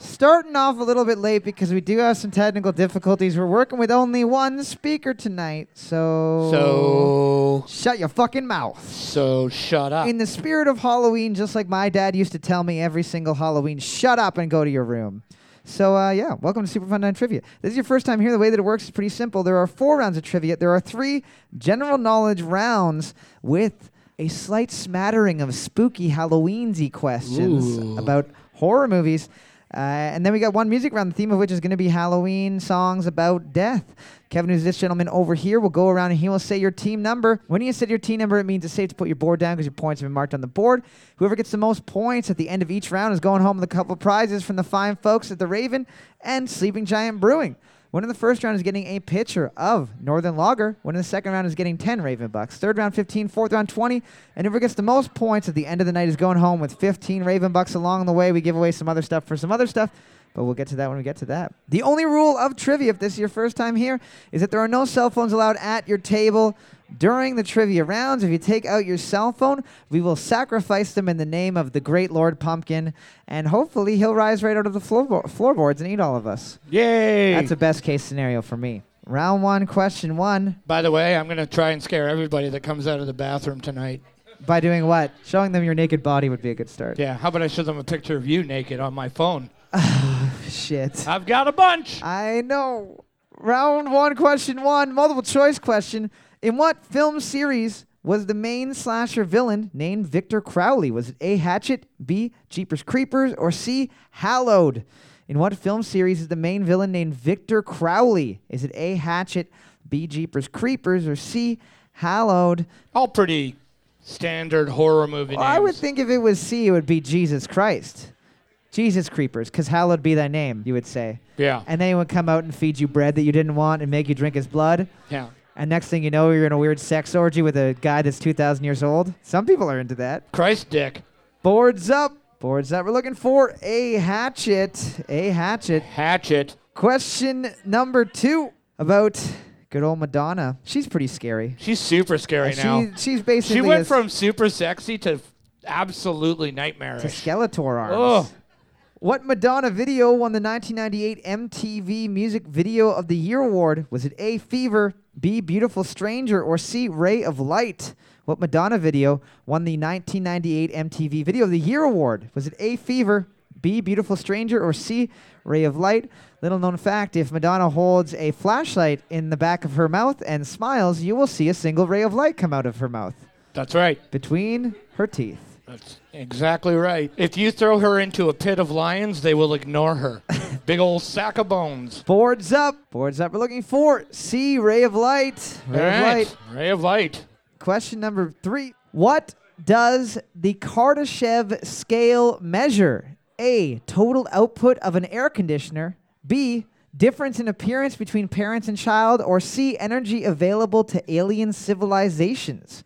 Starting off a little bit late because we do have some technical difficulties. We're working with only one speaker tonight, so So shut your fucking mouth. so shut up. In the spirit of Halloween, just like my dad used to tell me every single Halloween, shut up and go to your room. So uh, yeah, welcome to Super Fun Time Trivia. This is your first time here. The way that it works is pretty simple. There are four rounds of trivia. There are three general knowledge rounds with a slight smattering of spooky Halloweensy questions Ooh. about horror movies. Uh, and then we got one music round, the theme of which is going to be Halloween songs about death. Kevin, who's this gentleman over here, will go around and he will say your team number. When you say your team number, it means it's safe to put your board down because your points have been marked on the board. Whoever gets the most points at the end of each round is going home with a couple of prizes from the fine folks at the Raven and Sleeping Giant Brewing. One in the first round is getting a pitcher of Northern Lager. One in the second round is getting 10 Raven Bucks. Third round, 15. Fourth round, 20. And whoever gets the most points at the end of the night is going home with 15 Raven Bucks along the way. We give away some other stuff for some other stuff, but we'll get to that when we get to that. The only rule of trivia, if this is your first time here, is that there are no cell phones allowed at your table during the trivia rounds. If you take out your cell phone, we will sacrifice them in the name of the great Lord Pumpkin, and hopefully he'll rise right out of the floorbo- floorboards and eat all of us. Yay! That's a best case scenario for me. Round one, question one. By the way, I'm gonna try and scare everybody that comes out of the bathroom tonight. By doing what? Showing them your naked body would be a good start. Yeah, how about I show them a picture of you naked on my phone? Shit. I've got a bunch. I know. Round one, question one, multiple choice question. In what film series was the main slasher villain named Victor Crowley? Was it A. Hatchet, B. Jeepers Creepers, or C. Hallowed? In what film series is the main villain named Victor Crowley? Is it A. Hatchet, B. Jeepers Creepers, or C. Hallowed? All pretty standard horror movie Well, I would names. think if it was C, it would be Jesus Christ. Jesus creepers, because hallowed be thy name, you would say. yeah, And then he would come out and feed you bread that you didn't want and make you drink his blood. yeah. And next thing you know, you're in a weird sex orgy with a guy that's 2,000 years old. Some people are into that. Christ, Dick. Boards up. Boards up. We're looking for a hatchet. A hatchet. Hatchet. Question number two about good old Madonna. She's pretty scary. She's super scary now. she, she's basically She a went s- from super sexy to absolutely to nightmarish. Skeletor arms. Oh, What Madonna video won the 1998 MTV Music Video of the Year award? Was it A. Fever, B. Beautiful Stranger, or C. Ray of Light? What Madonna video won the 1998 MTV Video of the Year award? Was it A. Fever, B. Beautiful Stranger, or C. Ray of Light? Little known fact if Madonna holds a flashlight in the back of her mouth and smiles, you will see a single ray of light come out of her mouth that's right. between her teeth. That's exactly right. If you throw her into a pit of lions, they will ignore her. Big old sack of bones. Boards up. Boards up. We're looking for C, Ray of Light. Ray of All right. Light. Ray of light. Question number three. What does the Kardashev scale measure? A, total output of an air conditioner. B, difference in appearance between parents and child. Or C, energy available to alien civilizations.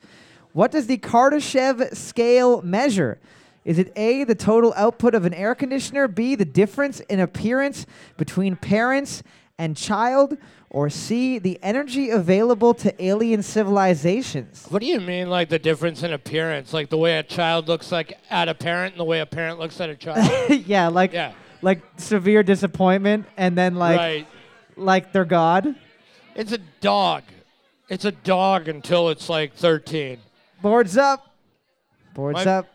What does the Kardashev scale measure? Is it A, the total output of an air conditioner? B, the difference in appearance between parents and child? Or C, the energy available to alien civilizations? What do you mean, like the difference in appearance? Like the way a child looks like at a parent and the way a parent looks at a child? yeah, like Yeah. like severe disappointment and then like right. like they're God. It's a dog. It's a dog until it's like 13. Boards up. Boards My- up.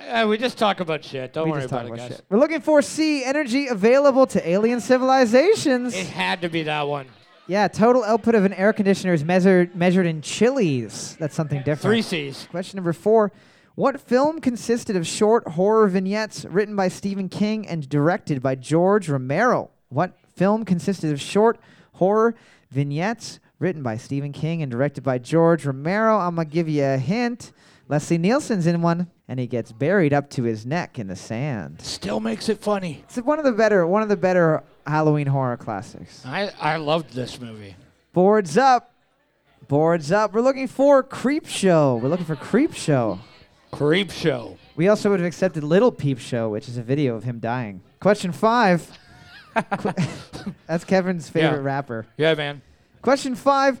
Eh, we just talk about shit. Don't We worry just talked about it, about guys. shit. We're looking for C, energy available to alien civilizations. It had to be that one. Yeah, total output of an air conditioner is measured measured in chilies. That's something Three different. C's. Question number four: What film consisted of short horror vignettes written by Stephen King and directed by George Romero? What film consisted of short horror vignettes written by Stephen King and directed by George Romero? I'm gonna give you a hint. Leslie Nielsen's in one, and he gets buried up to his neck in the sand. Still makes it funny. It's one of the better, one of the better Halloween horror classics. I, I loved this movie. Boards up, boards up. We're looking for Creep Show. We're looking for Creep Show. Creep Show. We also would have accepted Little Peep Show, which is a video of him dying. Question five. Qu- That's Kevin's favorite Yeah. rapper. Yeah, man. Question five.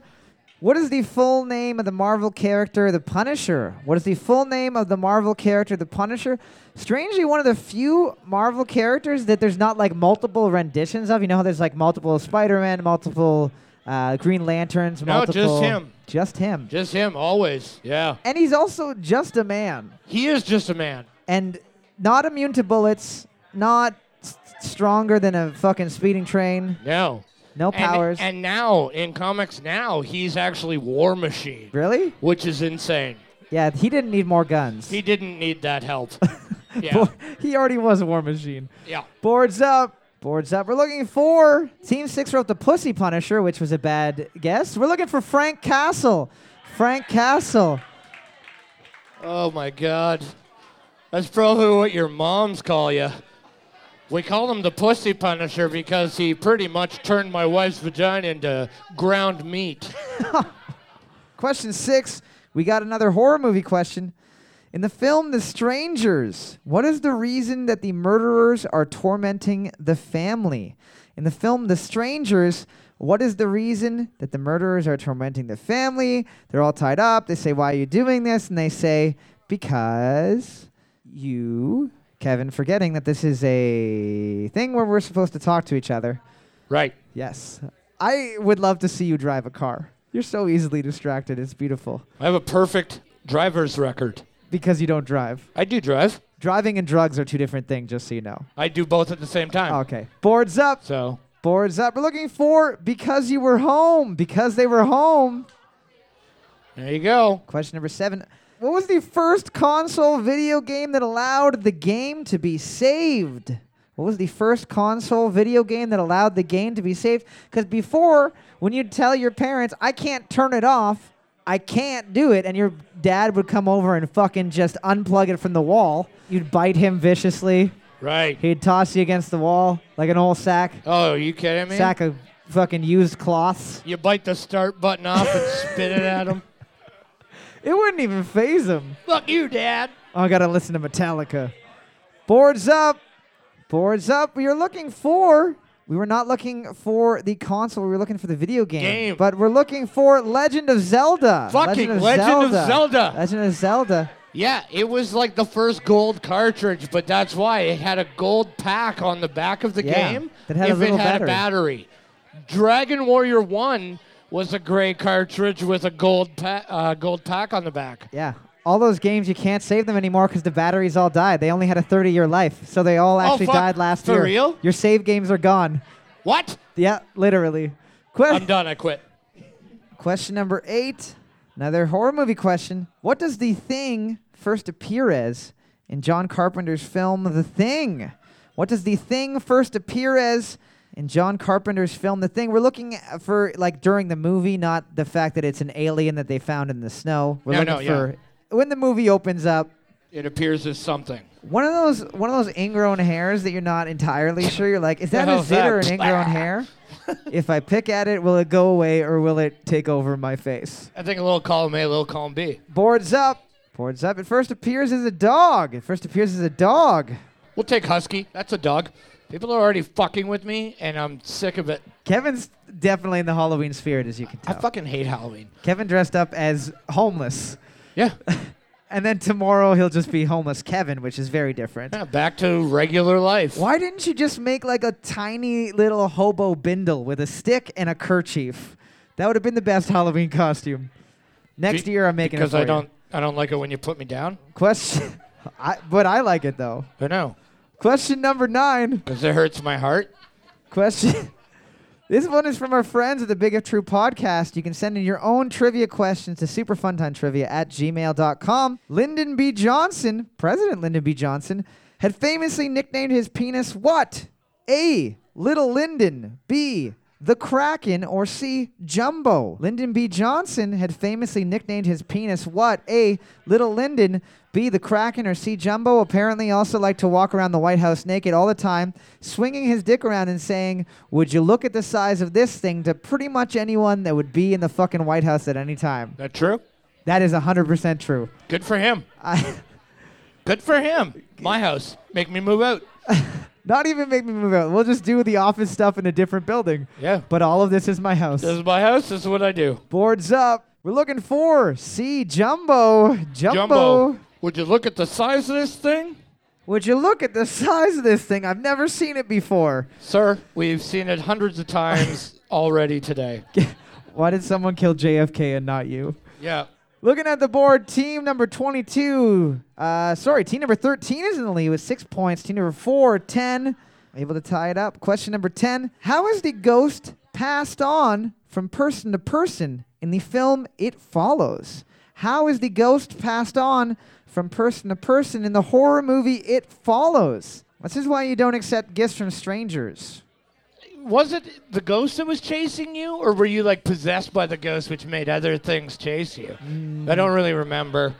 What is the full name of the Marvel character, The Punisher? What is the full name of the Marvel character, The Punisher? Strangely, one of the few Marvel characters that there's not like multiple renditions of. You know how there's like multiple Spider-Man, multiple uh, Green Lanterns, No, just multiple. him. Just him. Just him, always. Yeah. and he's also just a man He is just a man. and not immune to bullets, not s- stronger than a fucking speeding train, No. no And- powers. And, now, in comics now, he's actually War Machine, really? which is insane. Yeah, he didn't need more guns. He didn't need that help. yeah. he already was a war machine. Yeah. Boards up. Boards up. We're looking for Team Six wrote the Pussy Punisher, which was a bad guess. We're looking for Frank Castle. Frank Castle. Oh my God. That's probably what your moms call you. We call him the Pussy Punisher because he pretty much turned my wife's vagina into ground meat. Question six. We got another horror movie question. In the film The Strangers, what is the reason that the murderers are tormenting the family? In the film The Strangers, what is the reason that the murderers are tormenting the family? They're all tied up. They say, Why are you doing this? And they say, Because you, Kevin, forgetting that this is a thing where we're supposed to talk to each other. Right. Yes. I would love to see you drive a car. You're so easily distracted. It's beautiful I have a perfect driver's record. because you don't drive. I do drive. Driving and drugs are two different things, just so you know. I do both at the same time. Okay. Boards up. So, Boards up. We're looking for because you were home. Because they were home. there you go. Question number seven. What was the first console video game that allowed the game to be saved? What was the first console video game that allowed the game to be saved? Because before, when you'd tell your parents, I can't turn it off, I can't do it, and your dad would come over and fucking just unplug it from the wall, you'd bite him viciously. Right. He'd toss you against the wall like an old sack, Oh, are you kidding me? sack of fucking used cloths. You bite the start button off and spit it at him. It wouldn't even phase him. Fuck you, Dad. Oh, I gotta listen to Metallica. Boards up, boards up. We are looking for. We were not looking for the console. We were looking for the video game. Game. But we're looking for Legend of Zelda. Fucking Legend of Zelda. Legend of Zelda. Yeah, it was like the first gold cartridge, but that's why it had a gold pack on the back of the Yeah, game that had a if it little had a battery. Dragon Warrior 1 was a gray cartridge with a gold pa- uh, gold pack on the back. Yeah. All those games you can't save them anymore because the batteries all died. They only had a 30-year life, so they all actually Oh, fuck. died last For year. real? Your save games are gone. What? Yeah, literally. Quit. I'm done. I quit. Question number eight. Another horror movie question. What does the thing first appear as in John Carpenter's film The Thing? What does the thing first appear as in John Carpenter's film The Thing? We're looking at- for like during the movie, not the fact that it's an alien that they found in the snow. We're No, looking no, yeah. for when the movie opens up. It appears as something. One of those one of those ingrown hairs that you're not entirely sure. You're like, is that a hell's zit or an that? ingrown hair? if I pick at it, will it go away or will it take over my face? I think a little column A, a little column B. Boards up. Boards up. It first appears as a dog. It first appears as a dog. We'll take Husky. That's a dog. People are already fucking with me, and I'm sick of it. Kevin's definitely in the Halloween spirit, as you can I tell. fucking hate Halloween. Kevin dressed up as homeless. Yeah. And then tomorrow he'll just be homeless Kevin, which is very different. yeah back to regular life. Why didn't you just make like a tiny little hobo bindle with a stick and a kerchief? That would have been the best Halloween costume. Next Be- year I'm making because it for I you. don't I don't like it when you put me down. Question, I, but I like it though. I know Question number nine. because it hurts my heart. Question. This one is from our friends at the Big of True podcast. You can send in your own trivia questions to superfuntimetrivia at gmail.com. Lyndon B. Johnson, President Lyndon B. Johnson, had famously nicknamed his penis what? A. Little Lyndon. B. the Kraken, or C, Jumbo. Lyndon B. Johnson had famously nicknamed his penis what? A, Little Lyndon, B, the Kraken, or C, Jumbo. Apparently, also liked to walk around the White House naked all the time, swinging his dick around and saying, Would you look at the size of this thing to pretty much anyone that would be in the fucking White House at any time? That true? That is 100% true. Good for him. I, Good for him. My house. Make me move out. not even make me move out. We'll just do the office stuff in a different building. Yeah. But all of this is my house. This is my house. This is what I do. Boards up. We're looking for C. Jumbo. Jumbo. Jumbo. Would you look at the size of this thing? Would you look at the size of this thing? I've never seen it before. Sir, we've seen it hundreds of times already today. Why did someone kill JFK and not you? Yeah. Looking at the board, team number 22, uh, sorry, team number 13 is in the lead with six points. Team number four, 10, able to tie it up. Question number 10 How is the ghost passed on from person to person in the film It Follows? How is the ghost passed on from person to person in the horror movie It Follows? This is why you don't accept gifts from strangers. Was it the ghost that was chasing you, or were you like possessed by the ghost, which made other things chase you? Mm. I don't really remember.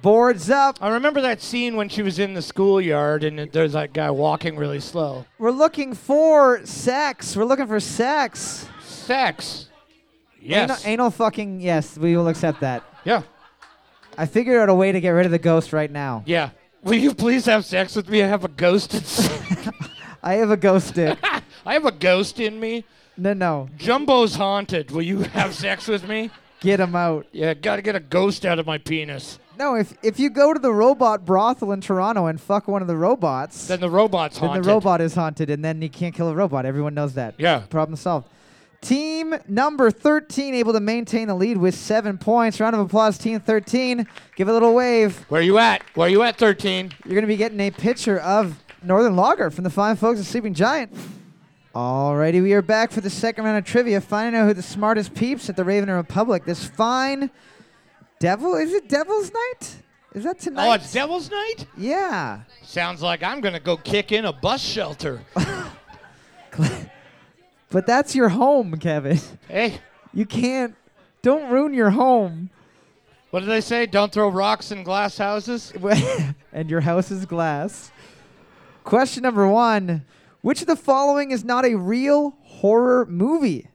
Boards up. I remember that scene when she was in the schoolyard and it- there's that guy walking really slow. We're looking for sex. We're looking for sex. Sex. Anal, Yes. anal fucking, yes, we will accept that. yeah. I figured out a way to get rid of the ghost right now. Yeah. Will you please have sex with me? I have a ghost. In- I have a ghost dick. I have a ghost in me. no, no. Jumbo's haunted. Will you have sex with me? Get him out. Yeah, gotta get a ghost out of my penis. No, if if you go to the robot brothel in Toronto and fuck one of the robots, Then the robot's then haunted. the robot is haunted and then you can't kill a robot. Everyone knows that. Yeah. Problem solved. Team number 13 able to maintain the lead with 7 points. Round of applause team 13. Give a little wave. Where you at? Where you at, 13? You're going to be getting a picture of Northern Lager from the fine folks at Sleeping Giant. Alrighty, we are back for the second round of trivia, finding out who the smartest peeps at the Raven and Republic. This fine devil is it Devil's Night? Is that tonight? Oh, it's Devil's Night? yeah. Sounds like I'm gonna go kick in a bus shelter. But that's your home, Kevin. hey, You can't don't ruin your home. what did they say? Don't throw rocks in glass houses? and your house is glass. Question number one Which of the following is not a real horror movie?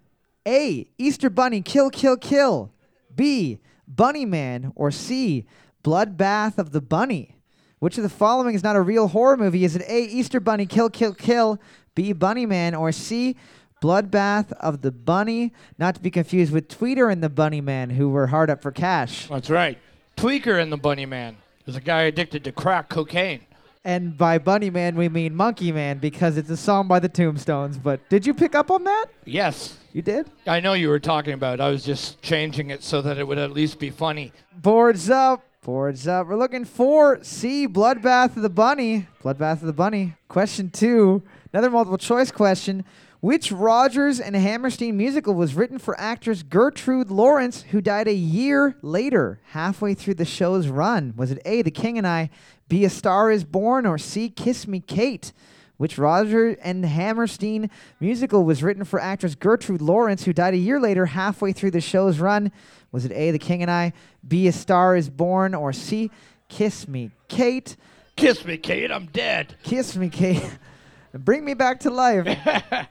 A. Easter Bunny Kill Kill Kill. B. Bunny Man. Or C. Bloodbath of the Bunny. Which of the following is not a real horror movie? Is it A. Easter Bunny Kill Kill Kill. B. Bunny Man. Or C. Bloodbath of the Bunny. Not to be confused with Tweeter and the Bunny Man, who were hard up for cash. That's right. Tweaker and the Bunny Man is a guy addicted to crack cocaine. And by Bunny Man, we mean Monkey Man because it's a song by the Tombstones. But did you pick up on that? Yes. You did? I know you were talking about. it. I was just changing it so that it would at least be funny. Boards up. Boards up. We're looking for C, Bloodbath of the Bunny. Bloodbath of the Bunny. Question two, another multiple choice question. Which Rogers and Hammerstein musical was written for actress Gertrude Lawrence, who died a year later, halfway through the show's run? Was it A, The King and I, B, A Star is Born, or C, Kiss Me Kate? which Roger and Hammerstein musical was written for actress Gertrude Lawrence, who died a year later halfway through the show's run. Was it A, The King and I, B, A Star is Born, or C, Kiss Me Kate? Kiss me, Kate. I'm dead. Kiss Me Kate. Bring me back to life.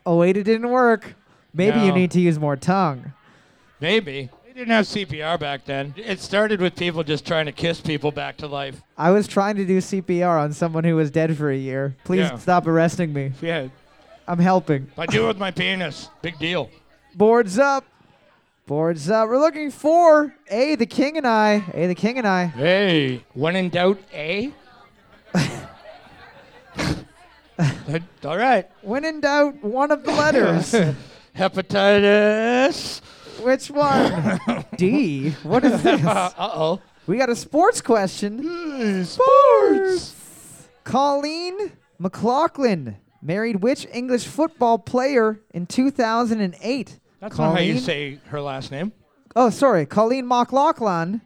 oh, wait, it didn't work. Maybe you No. need to use more tongue. Maybe. They didn't have CPR back then. It started with people just trying to kiss people back to life. I was trying to do CPR on someone who was dead for a year. Please Yeah. stop arresting me. Yeah. I'm helping. I do it with my penis. Big deal. Boards up. Boards up. We're looking for A, the King and I. A, the King and I. Hey, when in doubt, eh? That- All right. When in doubt, one of the letters. Hepatitis. Which one? D. What is this? Uh oh. We got a sports question. Sports. Colleen McLaughlin married which English football player in 2008? That's not how you say her last name. Oh, sorry. Colleen McLaughlin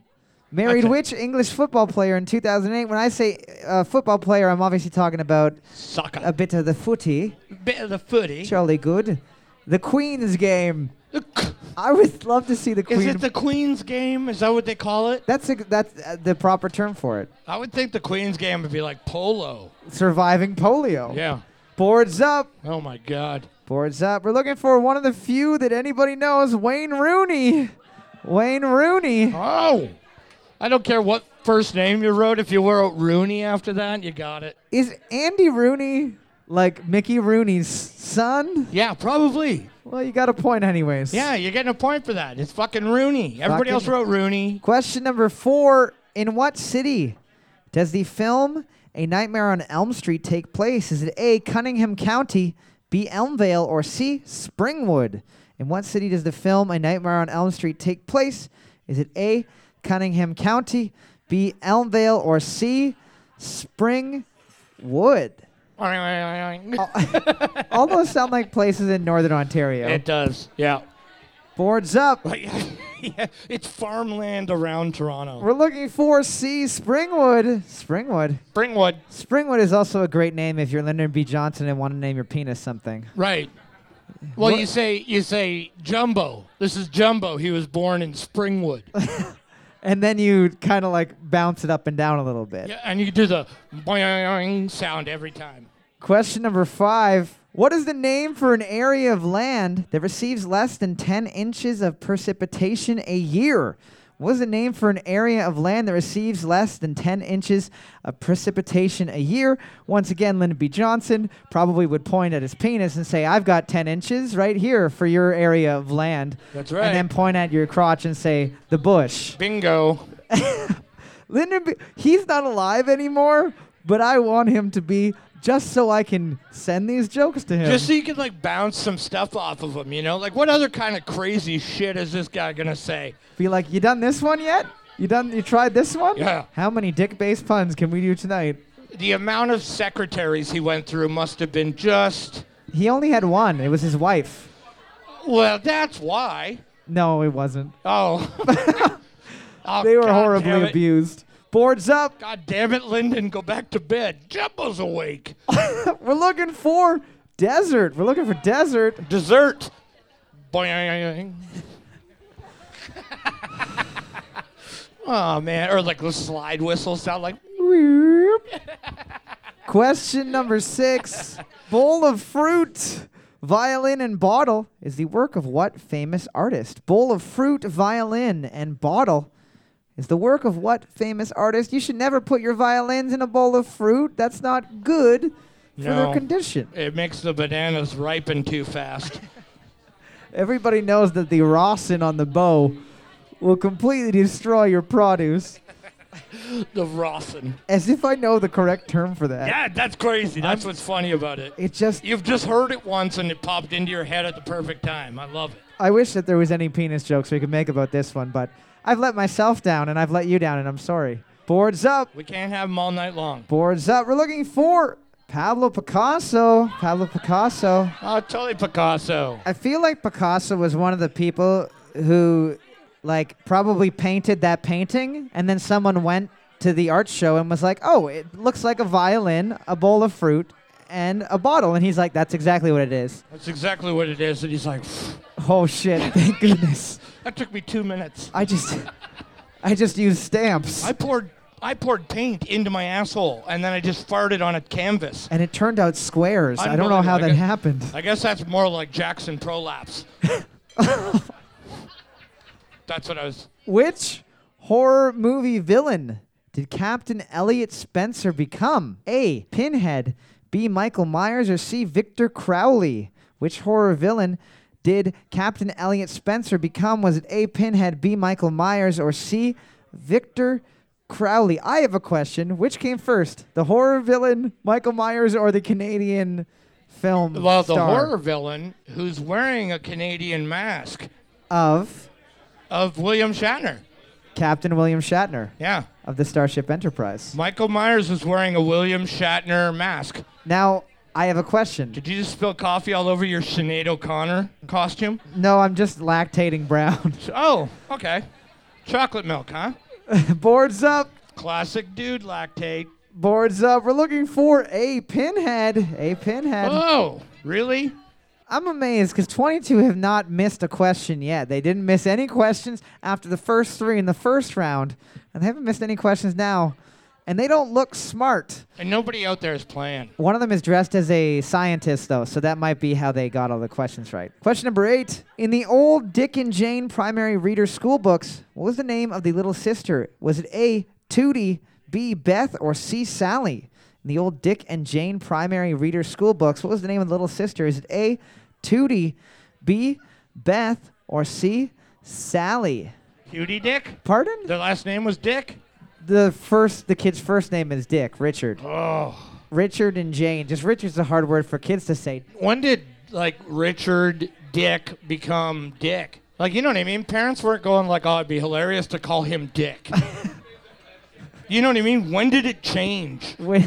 married Okay. which English football player in 2008? When I say uh, football player, I'm obviously talking about Soccer. a bit of the footy. bit of the footy. Jolly good. The Queen's game. The Q- I would love to see the Queen. Is it the Queen's game? Is that what they call it? that's a, that's uh, the proper term for it. I would think the Queen's game would be like polo. Surviving polio. Yeah. Boards up. Oh my God. Boards up. We're looking for one of the few that anybody knows, Wayne Rooney. Wayne Rooney. Oh. I don't care what first name you wrote. If you wrote Rooney after that, you got it. Is Andy Rooney like Mickey Rooney's son? Yeah, probably. Well, you got a point, anyways. Yeah, you're getting a point for that. It's fucking Rooney. Everybody Fucking- else wrote Rooney. Question number four In what city does the film A Nightmare on Elm Street take place? Is it A, Cunningham County, B, Elmvale, or C, Springwood? In what city does the film A Nightmare on Elm Street take place? Is it A, Cunningham County, B, Elmvale, or C, Springwood? Oh. All those sound like places in northern Ontario. It does. Yeah. Boards up. yeah. It's farmland around Toronto. We're looking for C, Springwood. Springwood. Springwood. Springwood is also a great name if you're Lyndon B. Johnson and want to name your penis something. Right. Well, What- you say you say Jumbo. This is Jumbo. He was born in Springwood. And then you kind of like bounce it up and down a little bit. yeah, and you do the boing sound every time. Question number five What is the name for an area of land that receives less than 10 inches of precipitation a year? What is the name for an area of land that receives less than 10 inches of precipitation a year? Once again, Lyndon B. Johnson probably would point at his penis and say, I've got 10 inches right here for your area of land. That's And then right. point at your crotch and say, the bush. Bingo. Lyndon, B- he's not alive anymore, but I want him to be just so I can send these jokes to him. Just so you can like bounce some stuff off of him, you know? Like what other kind of crazy shit is this guy gonna say? be like, you done this one yet? You done? You tried this one? Yeah. How many dick-based puns can we do tonight? The amount of secretaries he went through must have been just He only had one. It was his wife. well, that's why. No, it wasn't. Oh, Oh, They were God damn horribly it. abused. Boards up. God damn it, Lyndon, go back to bed. Jumbo's awake. We're looking for desert. We're looking for desert. Dessert. Boing. oh man, or like the slide whistle sound like Question number six Bowl of Fruit, Violin and Bottle is the work of what famous artist? Bowl of Fruit, Violin and Bottle is the work of what famous artist? You should never put your violins in a bowl of fruit. That's not good for their No. condition. it makes the bananas ripen too fast. Everybody knows that the rosin on the bow will completely destroy your produce. the rosin. As if I know the correct term for that. Yeah, that's crazy. That's what's funny about it. It just, You've just heard it once and it popped into your head at the perfect time. I love it. I wish that there was any penis jokes we could make about this one, but I've let myself down and I've let you down, and I'm sorry. Boards up, We can't have them all night long. boards up. We're looking for Pablo Picasso. Pablo Picasso. Oh, totally Picasso. I feel like Picasso was one of the people who, like, probably painted that painting, and then someone went to the art show and was like, "Oh, it looks like a violin, a bowl of fruit, and a bottle," and he's like, "That's exactly what it is." That's exactly what it is. And he's like, "Pfft, Oh shit! Thank goodness. that took me two minutes. I just, I just used stamps. I poured I poured paint into my asshole and then I just farted on a canvas. and it turned out squares. I don't know how that Unbelievable. happened. I guess that's more like Jackson prolapse. that's what I was. Which horror movie villain did Captain Elliot Spencer become? A. Pinhead, B. Michael Myers, or C. Victor Crowley? Which horror villain did Captain Elliot Spencer become? Was it A. Pinhead, B. Michael Myers, or C. Victor Crowley? I have a question. Which came first, the horror villain Michael Myers or the Canadian film Well, the star horror villain who's wearing a Canadian mask of of William Shatner. Captain William Shatner? Yeah. of the Starship Enterprise. Michael Myers is wearing a William Shatner mask. Now, I have a question. Did you just spill coffee all over your Sinead O'Connor costume? No, I'm just lactating brown. Oh, okay. Chocolate milk, huh? boards up, Classic dude lactate. boards up. We're looking for a pinhead. A pinhead. Oh, really? I'm amazed because 22 have not missed a question yet. They didn't miss any questions after the first three in the first round, and they haven't missed any questions now. And they don't look smart. And nobody out there is playing. One of them is dressed as a scientist, though, so that might be how they got all the questions right. Question number eight. In the old Dick and Jane primary reader school books, what was the name of the little sister? Was it A, Tootie, B, Beth, or C, Sally? In the old Dick and Jane primary reader school books, what was the name of the little sister? Is it A, Tootie, B, Beth, or C, Sally? Cutie Dick? Pardon? Their last name was Dick? The first, the kid's first name is Dick, Richard. Oh. Richard and Jane. Just Richard's a hard word for kids to say. When did, like, Richard Dick become Dick? Like, you know what I mean? Parents weren't going, like, oh, it'd be hilarious to call him Dick. you know what I mean? When did it change? Wait.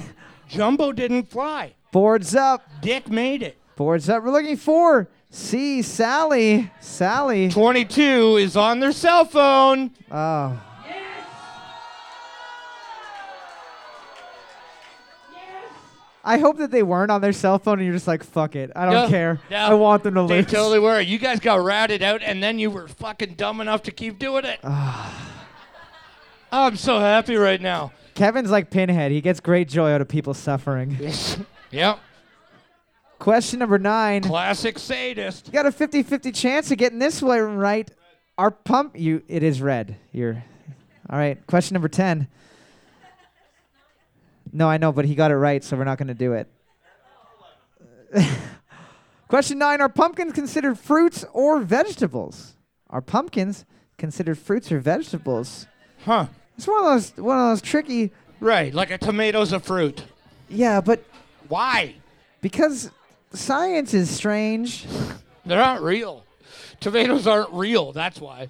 Jumbo didn't fly. Boards up. Dick made it. Boards up. We're looking for C. Sally. Sally. 22 is on their cell phone. Oh. I hope that they weren't on their cell phone and you're just like, fuck it. I don't Yeah, care. yeah. I want them to They lose. totally were. You guys got ratted out, and then you were fucking dumb enough to keep doing it. I'm so happy right now. Kevin's like Pinhead. He gets great joy out of people suffering. yep. Question number nine. Classic sadist. You got a 50-50 chance of getting this one right. Our pump you it is red. You're all right. Question number ten. No, I know, but he got it right, so we're not gonna do it. Question nine, are pumpkins considered fruits or vegetables? Are pumpkins considered fruits or vegetables? Huh. It's one of those one of those tricky Right, like a tomato's a fruit. Yeah, but Why? because science is strange. They're not real. Tomatoes aren't real, that's why.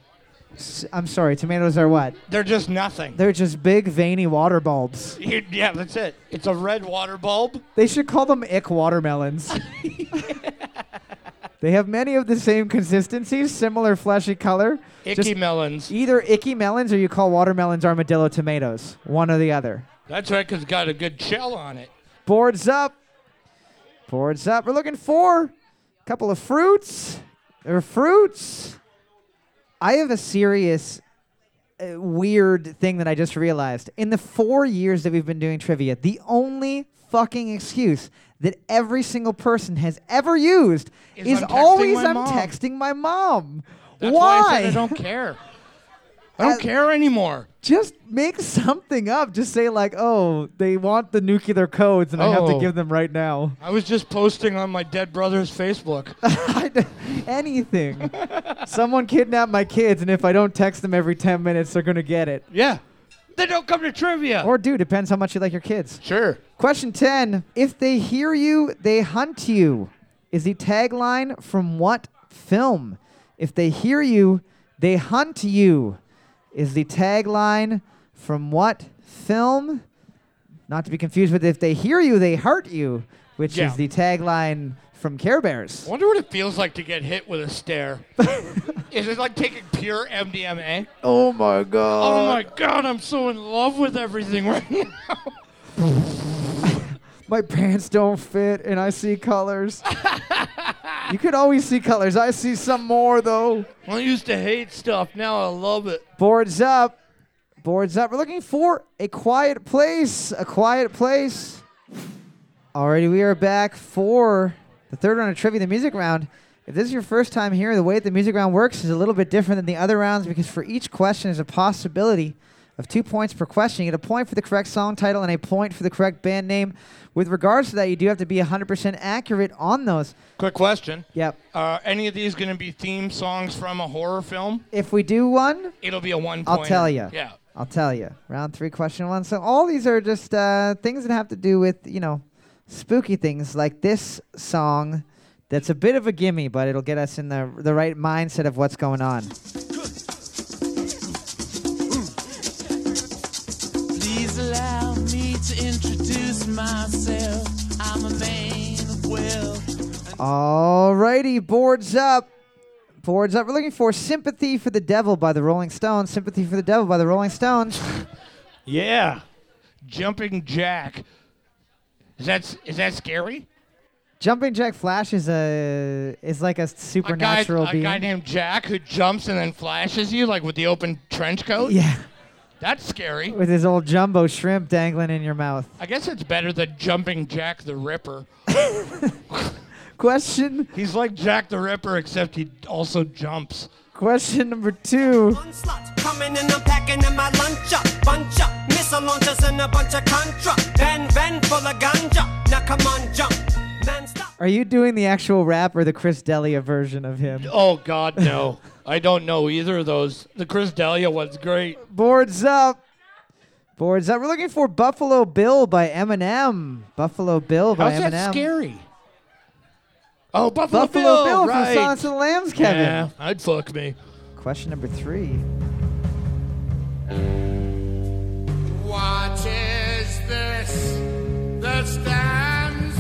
S- I'm sorry, tomatoes are what? They're just nothing. They're just big veiny water bulbs. You- yeah, that's it. It's a red water bulb. They should call them ick watermelons. they have many of the same consistencies, similar fleshy color. Icky Just melons. either icky melons or you call watermelons armadillo tomatoes. One or the other. That's right, 'cause it's got a good shell on it. Boards up. Boards up. We're looking for a couple of fruits. Or fruits. I have a serious uh, weird thing that I just realized. In the four years that we've been doing trivia, the only fucking excuse that every single person has ever used Is is I'm texting always my I'm mom." texting my mom. That's why? why, I said I don't care. I don't Uh, care anymore. just make something up. Just say like, "Oh, they want the nuclear codes, and I have to Oh. give them right now." I was just posting on my dead brother's Facebook. I d- anything. Someone kidnapped my kids, and if I don't text them every 10 minutes, they're going to get it. yeah. They don't come to trivia. Or do, depends how much you like your kids. sure. Question 10 If they hear you, they hunt you. Is the tagline from what film? If they hear you, they hunt you. Is the tagline from what film? Not to be confused with if they hear you, they hurt you, which Yeah. is the tagline from Care Bears. Wonder what it feels like to get hit with a stare. Is it like taking pure MDMA? Oh my Oh god. my god, I'm so in love with everything right now. my pants don't fit and I see colors. you could always see colors. I see some more though. I used to hate stuff, now I love it. Boards up. Boards up. We're looking for a quiet place. A quiet place. Alrighty, we are back for the third round of trivia, the music round. If this is your first time here, the way the music round works is a little bit different than the other rounds because for each question there's a possibility of two points per question. You get a point for the correct song title and a point for the correct band name. With regards to that, you do have to be 100% accurate on those. Quick question. Yep. Are any of these going to be theme songs from a horror film? If we do one, It'll be a one point. I'll tell you. Yeah. I'll tell you. Round three, question one. So all these are just uh, things that have to do with you know spooky things like this song. That's a bit of a gimme, but it'll get us in the the right mindset of what's going on. Please allow me to introduce myself. I'm a man of wealth. Alrighty, boards up. Boards up. We're looking for "Sympathy for the Devil" by the Rolling Stones. "Sympathy for the Devil" by the Rolling Stones. Yeah. Jumping Jack. Is that, is that scary? Jumping Jack Flash is a is like a A guy, supernatural a being. guy named Jack who jumps and then flashes you like with the open trench coat. yeah, That's scary. with his old jumbo shrimp dangling in your mouth. I guess it's better than jumping Jack the Ripper. Question He's like Jack the Ripper except he also jumps. question number two. One slot coming and I'm packing in my lunch up, bunch up, missile launchers and a bunch of contra. Van van full of ganja. Now come on, jump, man, stop. Are you doing the actual rap or the Chris Delia version of him? Oh God, no! I don't know either of those. The Chris Delia one's great. Boards up. Boards up. We're looking for Buffalo Bill by Eminem. Buffalo Bill by How's Eminem. that scary? Oh, Buffalo, Buffalo Bill right? from Silence of the Lambs, Kevin. Yeah, I'd fuck me. Question number three. What is this that stands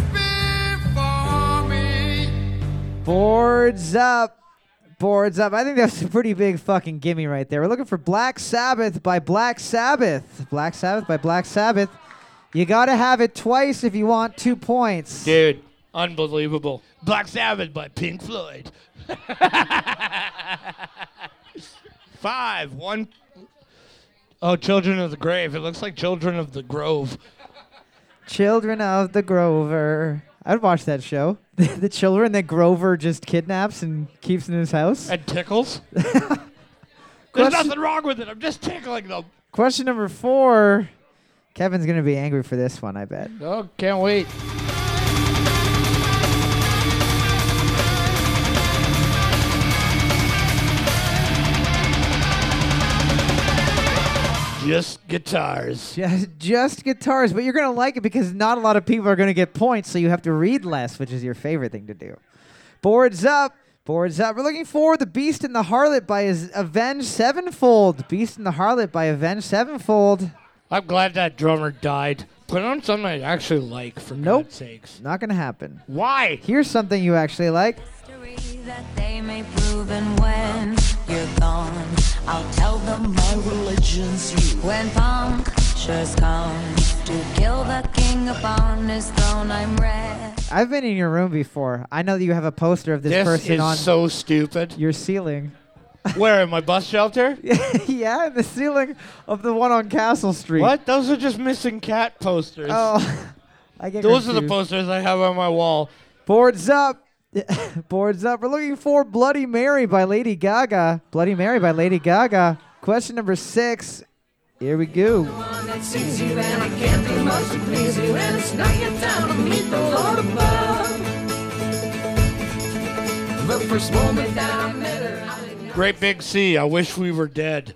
before me? Boards up. Boards up. I think that's a pretty big fucking gimme right there. We're looking for Black Sabbath by Black Sabbath. Black Sabbath by Black Sabbath. You gotta have it twice if you want two points. Dude, unbelievable. Black Sabbath by Pink Floyd. Five, one. Oh, Children of the Grave. It looks like Children of the Grove. Children of the Grover. I'd watch that show. the children that Grover just kidnaps and keeps in his house. And tickles. There's Question- nothing wrong with it. I'm just tickling them. Question number four. Kevin's gonna be angry for this one, I bet. Oh, can't wait. Just guitars. Just, just guitars, but you're gonna like it because not a lot of people are gonna get points, so you have to read less, which is your favorite thing to do. Boards up, boards up. We're looking for the Beast and the Harlot by his Avenged Sevenfold. Beast and the Harlot by Avenged Sevenfold. I'm glad that drummer died. Put on something I actually like, for Nope. God's sakes. Not gonna happen. Why? Here's something you actually like. history that they may prove and when you're gone i'll tell them My religion's you. when punctures come to kill the king upon his throne i'm ready I've been in your room before. I know that you have a poster of this, This person on is so stupid. your ceiling. Where, in my bus shelter? yeah, the ceiling of the one on Castle Street. What? Those are just missing cat posters. Oh, I get Those are the confused. posters I have on my wall. Boards up. Boards up. We're looking for Bloody Mary by Lady Gaga. Bloody Mary by Lady Gaga. Question number six. Here we go. sees you and I can't do much to please you and it's not your time to meet the Lord above. The first moment that I met her, I did not Great Big C, I wish we were dead.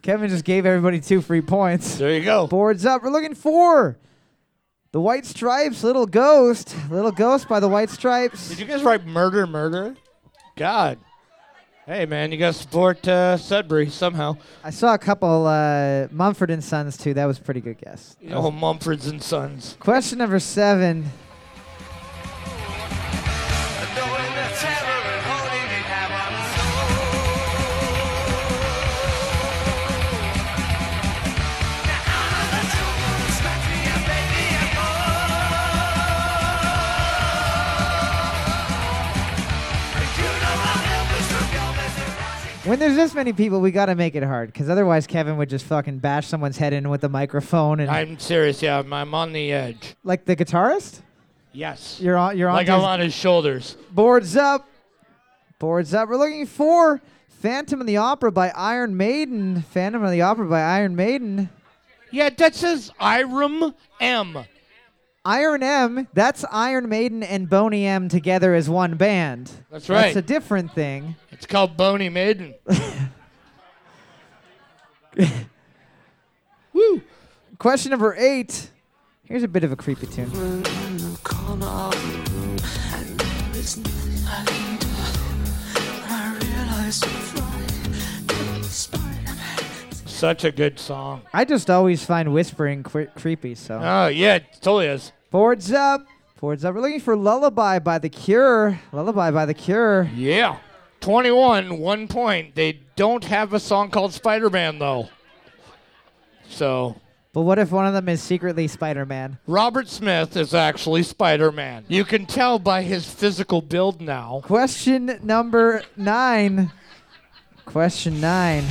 Kevin just gave everybody two free points. there you go. Boards up. We're looking for the White Stripes, Little Ghost. Little Ghost by the White Stripes. Did you guys write murder, murder? God. Hey, man, you got to support uh, Sudbury somehow. I saw a couple uh, Mumford and Sons too. That was a pretty good guess. Oh, Mumfords and Sons. Question number seven. Knowing the terror and holding it at my When there's this many people, we gotta make it hard, because otherwise Kevin would just fucking bash someone's head in with the microphone and I'm serious, yeah, I'm, I'm on the edge. like the guitarist. Yes. You're on. You're on. like to I'm his- on his shoulders. boards up. Boards up. We're looking for Phantom of the Opera by Iron Maiden. Phantom of the Opera by Iron Maiden. Yeah, that says Iram M. Iron M. That's Iron Maiden and Boney M together as one band. That's That's right. a different thing. It's called Boney Maiden. Woo! Question number eight. Here's a bit of a creepy tune. corner of the room and there is nothing I can do. When I realize you're flying, you're Such a good song. I just always find whispering cre- creepy, so. Oh, yeah, it totally is. Boards up. Boards up. We're looking for Lullaby by The Cure. Lullaby by The Cure. Yeah. 21, one point. They don't have a song called Spider Man, though. So, But what if one of them is secretly Spider Man? Robert Smith is actually Spider Man. You can tell by his physical build now. Question number nine. Question nine.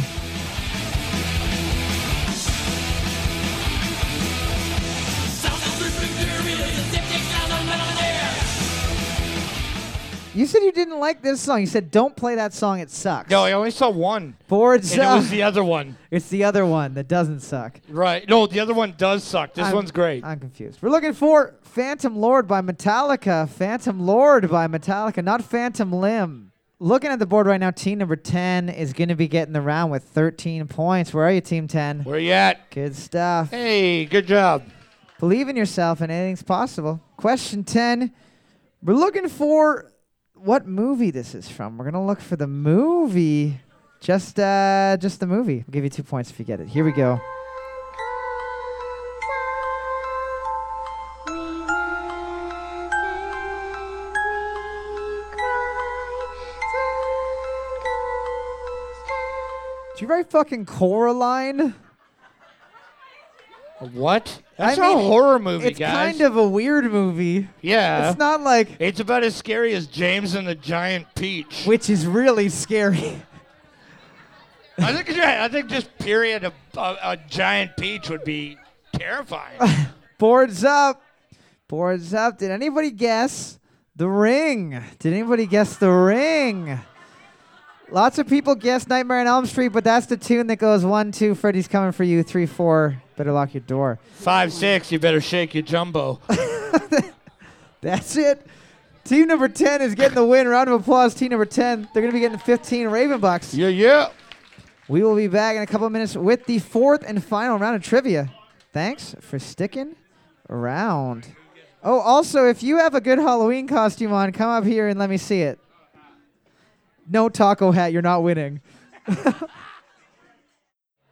You said you didn't like this song. You said don't play that song. It sucks. No, I only saw one. Boards And it up. was the other one. it's the other one that doesn't suck. Right. No, the other one does suck. This I'm- one's great. I'm confused. We're looking for Phantom Lord by Metallica. Phantom Lord by Metallica, not Phantom Limb. Looking at the board right now, team number 10 is going to be getting the round with 13 points. Where are you, team 10? Where you at? Good stuff. Hey, good job. Believe in yourself and anything's possible. Question 10. We're looking for what movie this is from. We're going to look for the movie. Just uh just the movie. We'll give you 2 points if you get it. Here we go. Did you write fucking Coraline? What? That's I mean, a horror movie, it's guys. kind of a weird movie. yeah. It's not like It's about as scary as James and the Giant Peach. which is really scary. I think you're right. I think just period a, a, a giant peach would be terrifying. Boards up. Boards up. Did anybody guess the ring? Did anybody guess the ring? Lots of people guessed Nightmare on Elm Street, but that's the tune that goes one, two, Freddy's coming for you, three, four, better lock your door. Five six, you better shake your jumbo. That's it. Team number 10 is getting the win. Round of applause, team number 10. They're going to be getting 15 Raven Bucks. yeah, yeah. We will be back in a couple of minutes with the fourth and final round of trivia. Thanks for sticking around. Oh, also, if you have a good Halloween costume on, come up here and let me see it. No taco hat, you're not winning.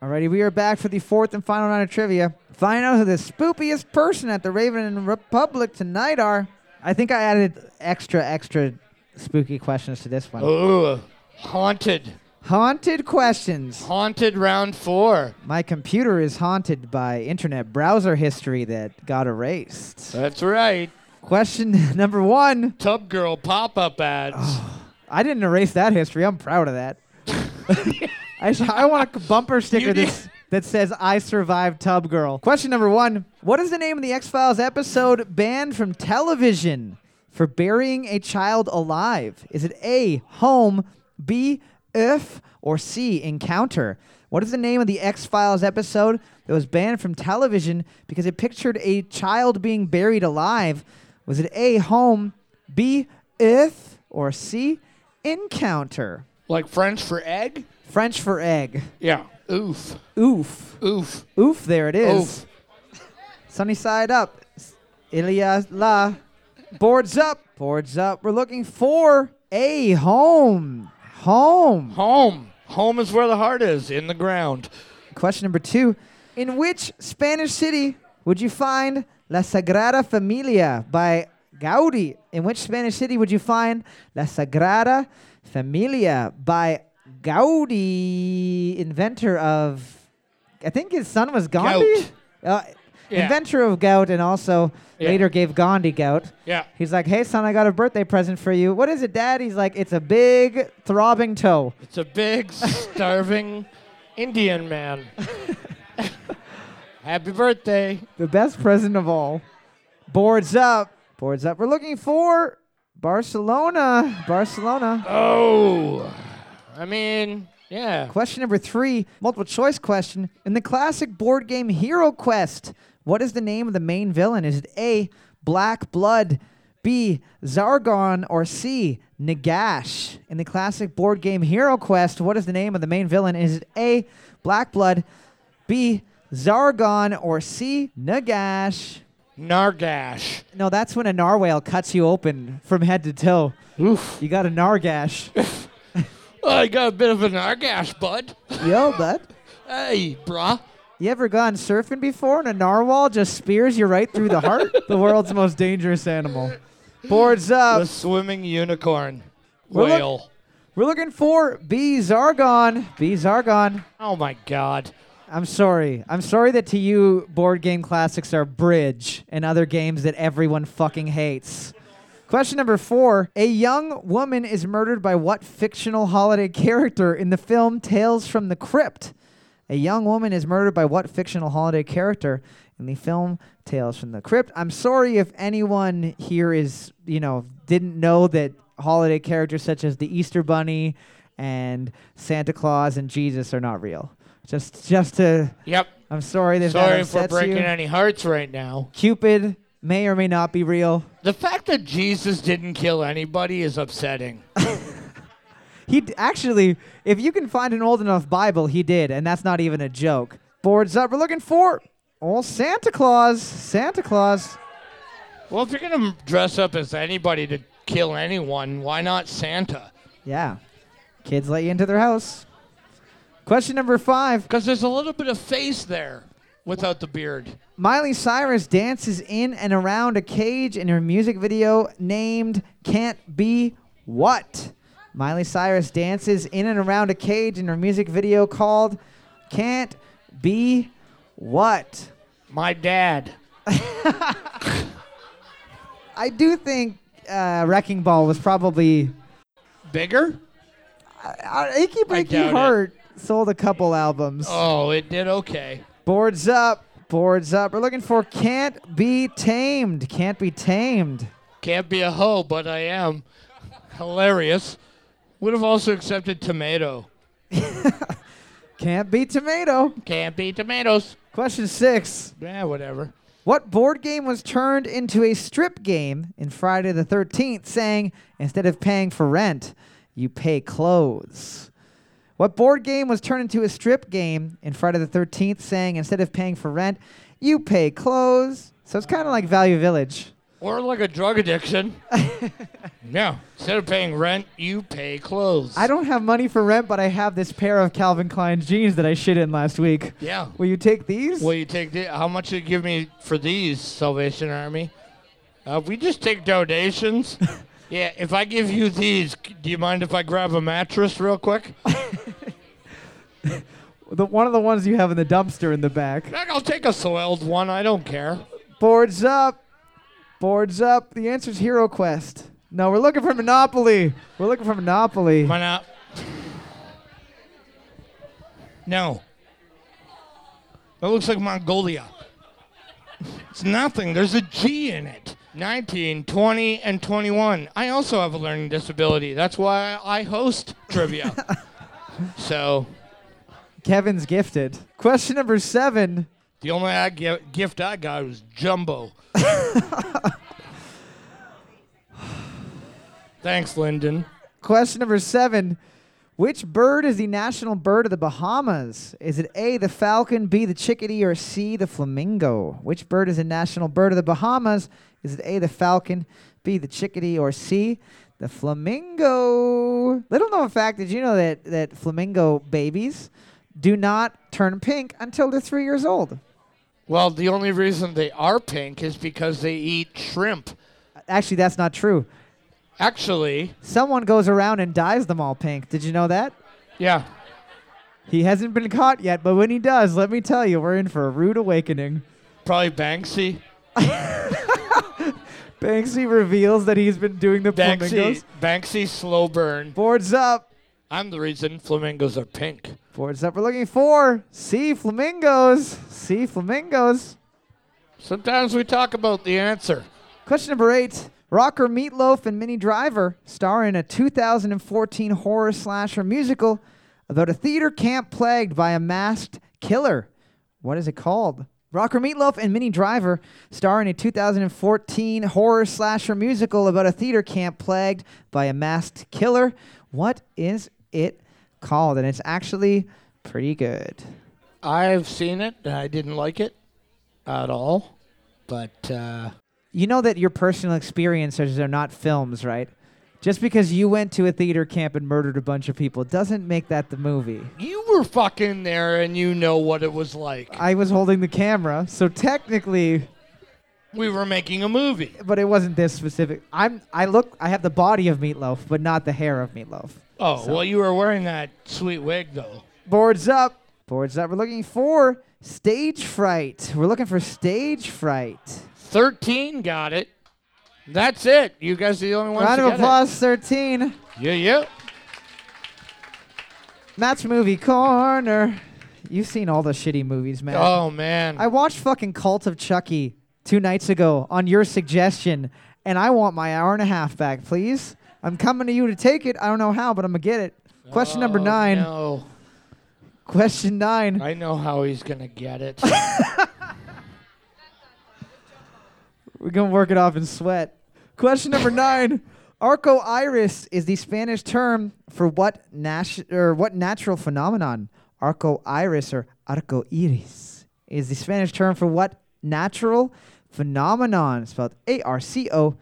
Alrighty, we are back for the fourth and final round of trivia. Find out who the spookiest person at the Raven Republic tonight are. I think I added extra, extra spooky questions to this one. Ooh, haunted, Haunted questions. haunted round four. My computer is haunted by internet browser history that got erased. That's right. Question number one. Tub girl pop up ads. I didn't erase that history. I'm proud of that. I, sh- I want a bumper sticker You did. that's, that says, I survived Tub Girl. Question number one What is the name of the X Files episode banned from television for burying a child alive? Is it A, home, B, if, or C, encounter? What is the name of the X Files episode that was banned from television because it pictured a child being buried alive? Was it A, home, B, if, or C, encounter? Like French for egg? French for egg. Yeah. Oof. Oof. Oof. Oof, there it is. Oof. Sunny side up. S- Ilya La. Boards up. Boards up. We're looking for a home. Home. Home. Home is where the heart is, in the ground. Question number two. In which Spanish city would you find La Sagrada Familia by Gaudi? In which Spanish city would you find La Sagrada Familia by Gaudi, inventor of, I think his son was Gandhi? Gout. Uh, Yeah. Inventor of gout and also Yeah. later gave Gandhi gout. Yeah. He's like, hey, son, I got a birthday present for you. What is it, dad? He's like, it's a big throbbing toe. It's a big, starving Indian man. Happy birthday. The best present of all. Boards up. Boards up. We're looking for Barcelona. Barcelona. Oh. I mean, yeah. Question number three, multiple choice question. In the classic board game Hero Quest, what is the name of the main villain? Is it A, Black Blood, B, Zargon, or C, Nagash? In the classic board game Hero Quest, what is the name of the main villain? Is it A, Black Blood, B, Zargon, or C, Nagash? Nargash. No, that's when a narwhal cuts you open from head to toe. Oof. You got a nargash. I got a bit of a nargash, bud. Yo, bud. Hey, brah. You ever gone surfing before and a narwhal just spears you right through the heart? the world's most dangerous animal. Boards The up. swimming unicorn. Well, look- Whale. We're looking for B Zargon. B Zargon. Oh my god. I'm sorry. I'm sorry that to you, board game classics are bridge and other games that everyone fucking hates. Question number four A young woman is murdered by what fictional holiday character in the film Tales from the Crypt? A young woman is murdered by what fictional holiday character in the film Tales from the Crypt? I'm sorry if anyone here is, you know, didn't know that holiday characters such as the Easter Bunny and Santa Claus and Jesus are not real. Just, just to, Yep. I'm sorry that that Sorry if we're upsets breaking you. any hearts right now. Cupid may or may not be real. The fact that Jesus didn't kill anybody is upsetting. He d- actually, if you can find an old enough Bible, he did, and that's not even a joke. Boards up. We're looking for old Santa Claus. Santa Claus. well, if you're gonna dress up as anybody to kill anyone, why not Santa? Yeah. Kids let you into their house. Question number five. Because there's a little bit of face there without the beard. Miley Cyrus dances in and around a cage in her music video named Can't Be What. Miley Cyrus dances in and around a cage in her music video called Can't Be What. My dad. I do think uh, Wrecking Ball was probably Bigger? uh, Achy Breaky doubt it. Heart sold a couple albums. Oh, it did okay. Boards up, boards up. We're looking for Can't Be Tamed. Can't Be Tamed. Can't be a hoe, but I am. Hilarious. Would have also accepted tomato. Can't Be Tomato. Can't be tomatoes. Question six. Yeah, whatever. What board game was turned into a strip game in Friday the 13th, saying, instead of paying for rent, you pay clothes? What board game was turned into a strip game in Friday the 13th, saying, instead of paying for rent, you pay clothes? So it's kind of like Value Village. Or like a drug addiction. yeah. Instead of paying rent, you pay clothes. I don't have money for rent, but I have this pair of Calvin Klein jeans that I shit in last week. Yeah. Will you take these? Will you take the, how much you give me for these, Salvation Army? Uh, we just take donations. yeah, if I give you these, c- do you mind if I grab a mattress real quick? The, one of the ones you have in the dumpster in the back. Heck, I'll take a soiled one. I don't care. Boards up. Boards up. The answer's Hero Quest. No, we're looking for Monopoly. We're looking for Monopoly. Why not? No. That looks like Mongolia. It's nothing. There's a G in it. 19, 20, and 21. I also have a learning disability. That's why I host trivia. so, Kevin's gifted. Question number seven. the only I gi- gift I got was Jumbo. Thanks, Lyndon. Question number seven. Which bird is the national bird of the Bahamas? Is it A, the falcon, B, the chickadee, or C, the flamingo? Which bird is the national bird of the Bahamas? Is it A, the falcon, B, the chickadee, or C, the flamingo? Little known fact, did you know that, that flamingo babies do not turn pink until they're three years old? Well, the only reason they are pink is because they eat shrimp. Actually, that's not true. Actually, Someone goes around and dyes them all pink. Did you know that? yeah. He hasn't been caught yet, but when he does, let me tell you, we're in for a rude awakening. Probably Banksy. Banksy reveals that he's been doing the Banksy, flamingos. Banksy slow burn. Boards up. I'm the reason flamingos are pink. Boards up. We're looking for sea flamingos. Sea flamingos. Sometimes we talk about the answer. Question number eight. Rocker Meatloaf and Minnie Driver star in a 2014 horror slasher musical about a theater camp plagued by a masked killer. What is it called? Rocker Meatloaf and Minnie Driver star in a 2014 horror slasher musical about a theater camp plagued by a masked killer. What is it called? And it's actually pretty good. I've seen it and I didn't like it at all. But uh, You know that your personal experiences are not films, right? Just because you went to a theater camp and murdered a bunch of people doesn't make that the movie. you were fucking there and you know what it was like. I was holding the camera, so technically, We were making a movie. but it wasn't this specific. I'm I look I have the body of Meatloaf, but not the hair of Meatloaf. Oh, well, you were wearing that sweet wig, though. Boards up. But words that we're looking for stage fright. We're looking for stage fright. 13 got it. That's it. You guys are the only ones Round to of get applause, 13. It. Yeah, yeah. Matt's Movie Corner. You've seen all the shitty movies, man. Oh, man. I watched fucking Cult of Chucky two nights ago on your suggestion, and I want my hour and a half back, please. I'm coming to you to take it. I don't know how, but I'm gonna get it. Question number Oh, nine. No. Question nine. I know how he's going to get it. We're gonna work it off in sweat. Question number nine. Arco iris is the Spanish term for what nat- or what natural phenomenon? Arco iris or arco iris is the Spanish term for what natural phenomenon? Spelled A R C O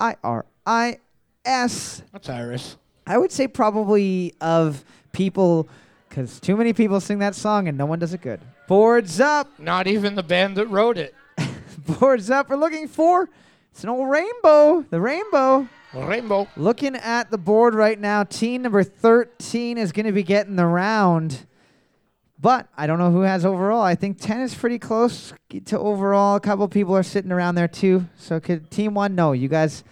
I R I S. That's Iris. I would say probably of people, because too many people sing that song and no one does it good. Boards up, Not even the band that wrote it. boards up. We're looking for it's an old rainbow. The rainbow. Rainbow. Looking at the board right now, team number 13 is going to be getting the round. But I don't know who has overall. I think 10 is pretty close to overall. A couple people are sitting around there too. So could team 1 no, you guys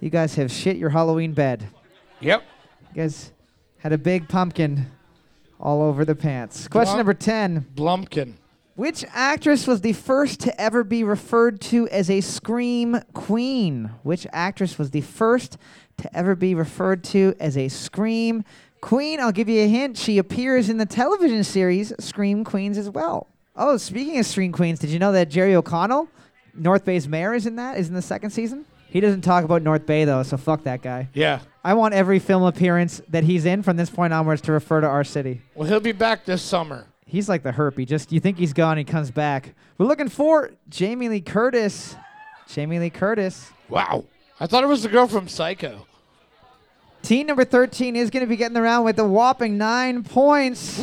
you guys have shit your Halloween bed. Yep. You guys had a big pumpkin all over the pants. Question Well- number 10. Blumpkin. Which actress was the first to ever be referred to as a scream queen? Which actress was the first to ever be referred to as a scream queen? I'll give you a hint. She appears in the television series Scream Queens as well. Oh, speaking of Scream Queens, did you know that Jerry O'Connell, North Bay's mayor, is in that? Is in the second season? He doesn't talk about North Bay though, so fuck that guy. Yeah. I want every film appearance that he's in from this point onwards to refer to our city. Well, he'll be back this summer. He's like the herp. He just you think he's gone, he comes back. We're looking for Jamie Lee Curtis. Jamie Lee Curtis. Wow. I thought it was the girl from Psycho. Team number 13 is going to be getting around with a whopping nine points.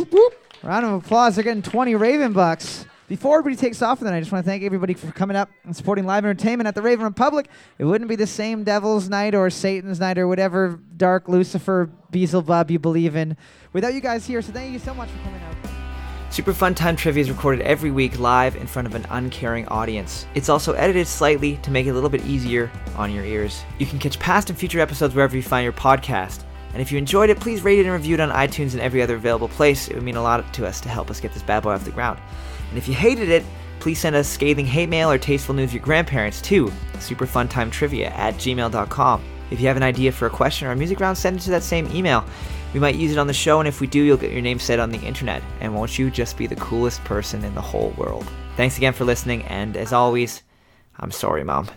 Round of applause. They're getting 20 Raven bucks. Before everybody takes off for the night, I just want to thank everybody for coming up and supporting live entertainment at the Raven Republic. It wouldn't be the same Devil's Night or Satan's Night or whatever dark Lucifer, Beelzebub you believe in without you guys here. So thank you so much for coming out. Super Fun Time Trivia is recorded every week live in front of an uncaring audience. It's also edited slightly to make it a little bit easier on your ears. You can catch past and future episodes wherever you find your podcast. And if you enjoyed it, please rate it and review it on iTunes and every other available place. It would mean a lot to us to help us get this bad boy off the ground. And if you hated it, please send us scathing hate mail or tasteful news of your grandparents to superfuntimetrivia at gmail.com. If you have an idea for a question or a music round, send it to that same email. We might use it on the show, and if we do, you'll get your name said on the internet. And won't you just be the coolest person in the whole world? Thanks again for listening, and as always, I'm sorry, Mom.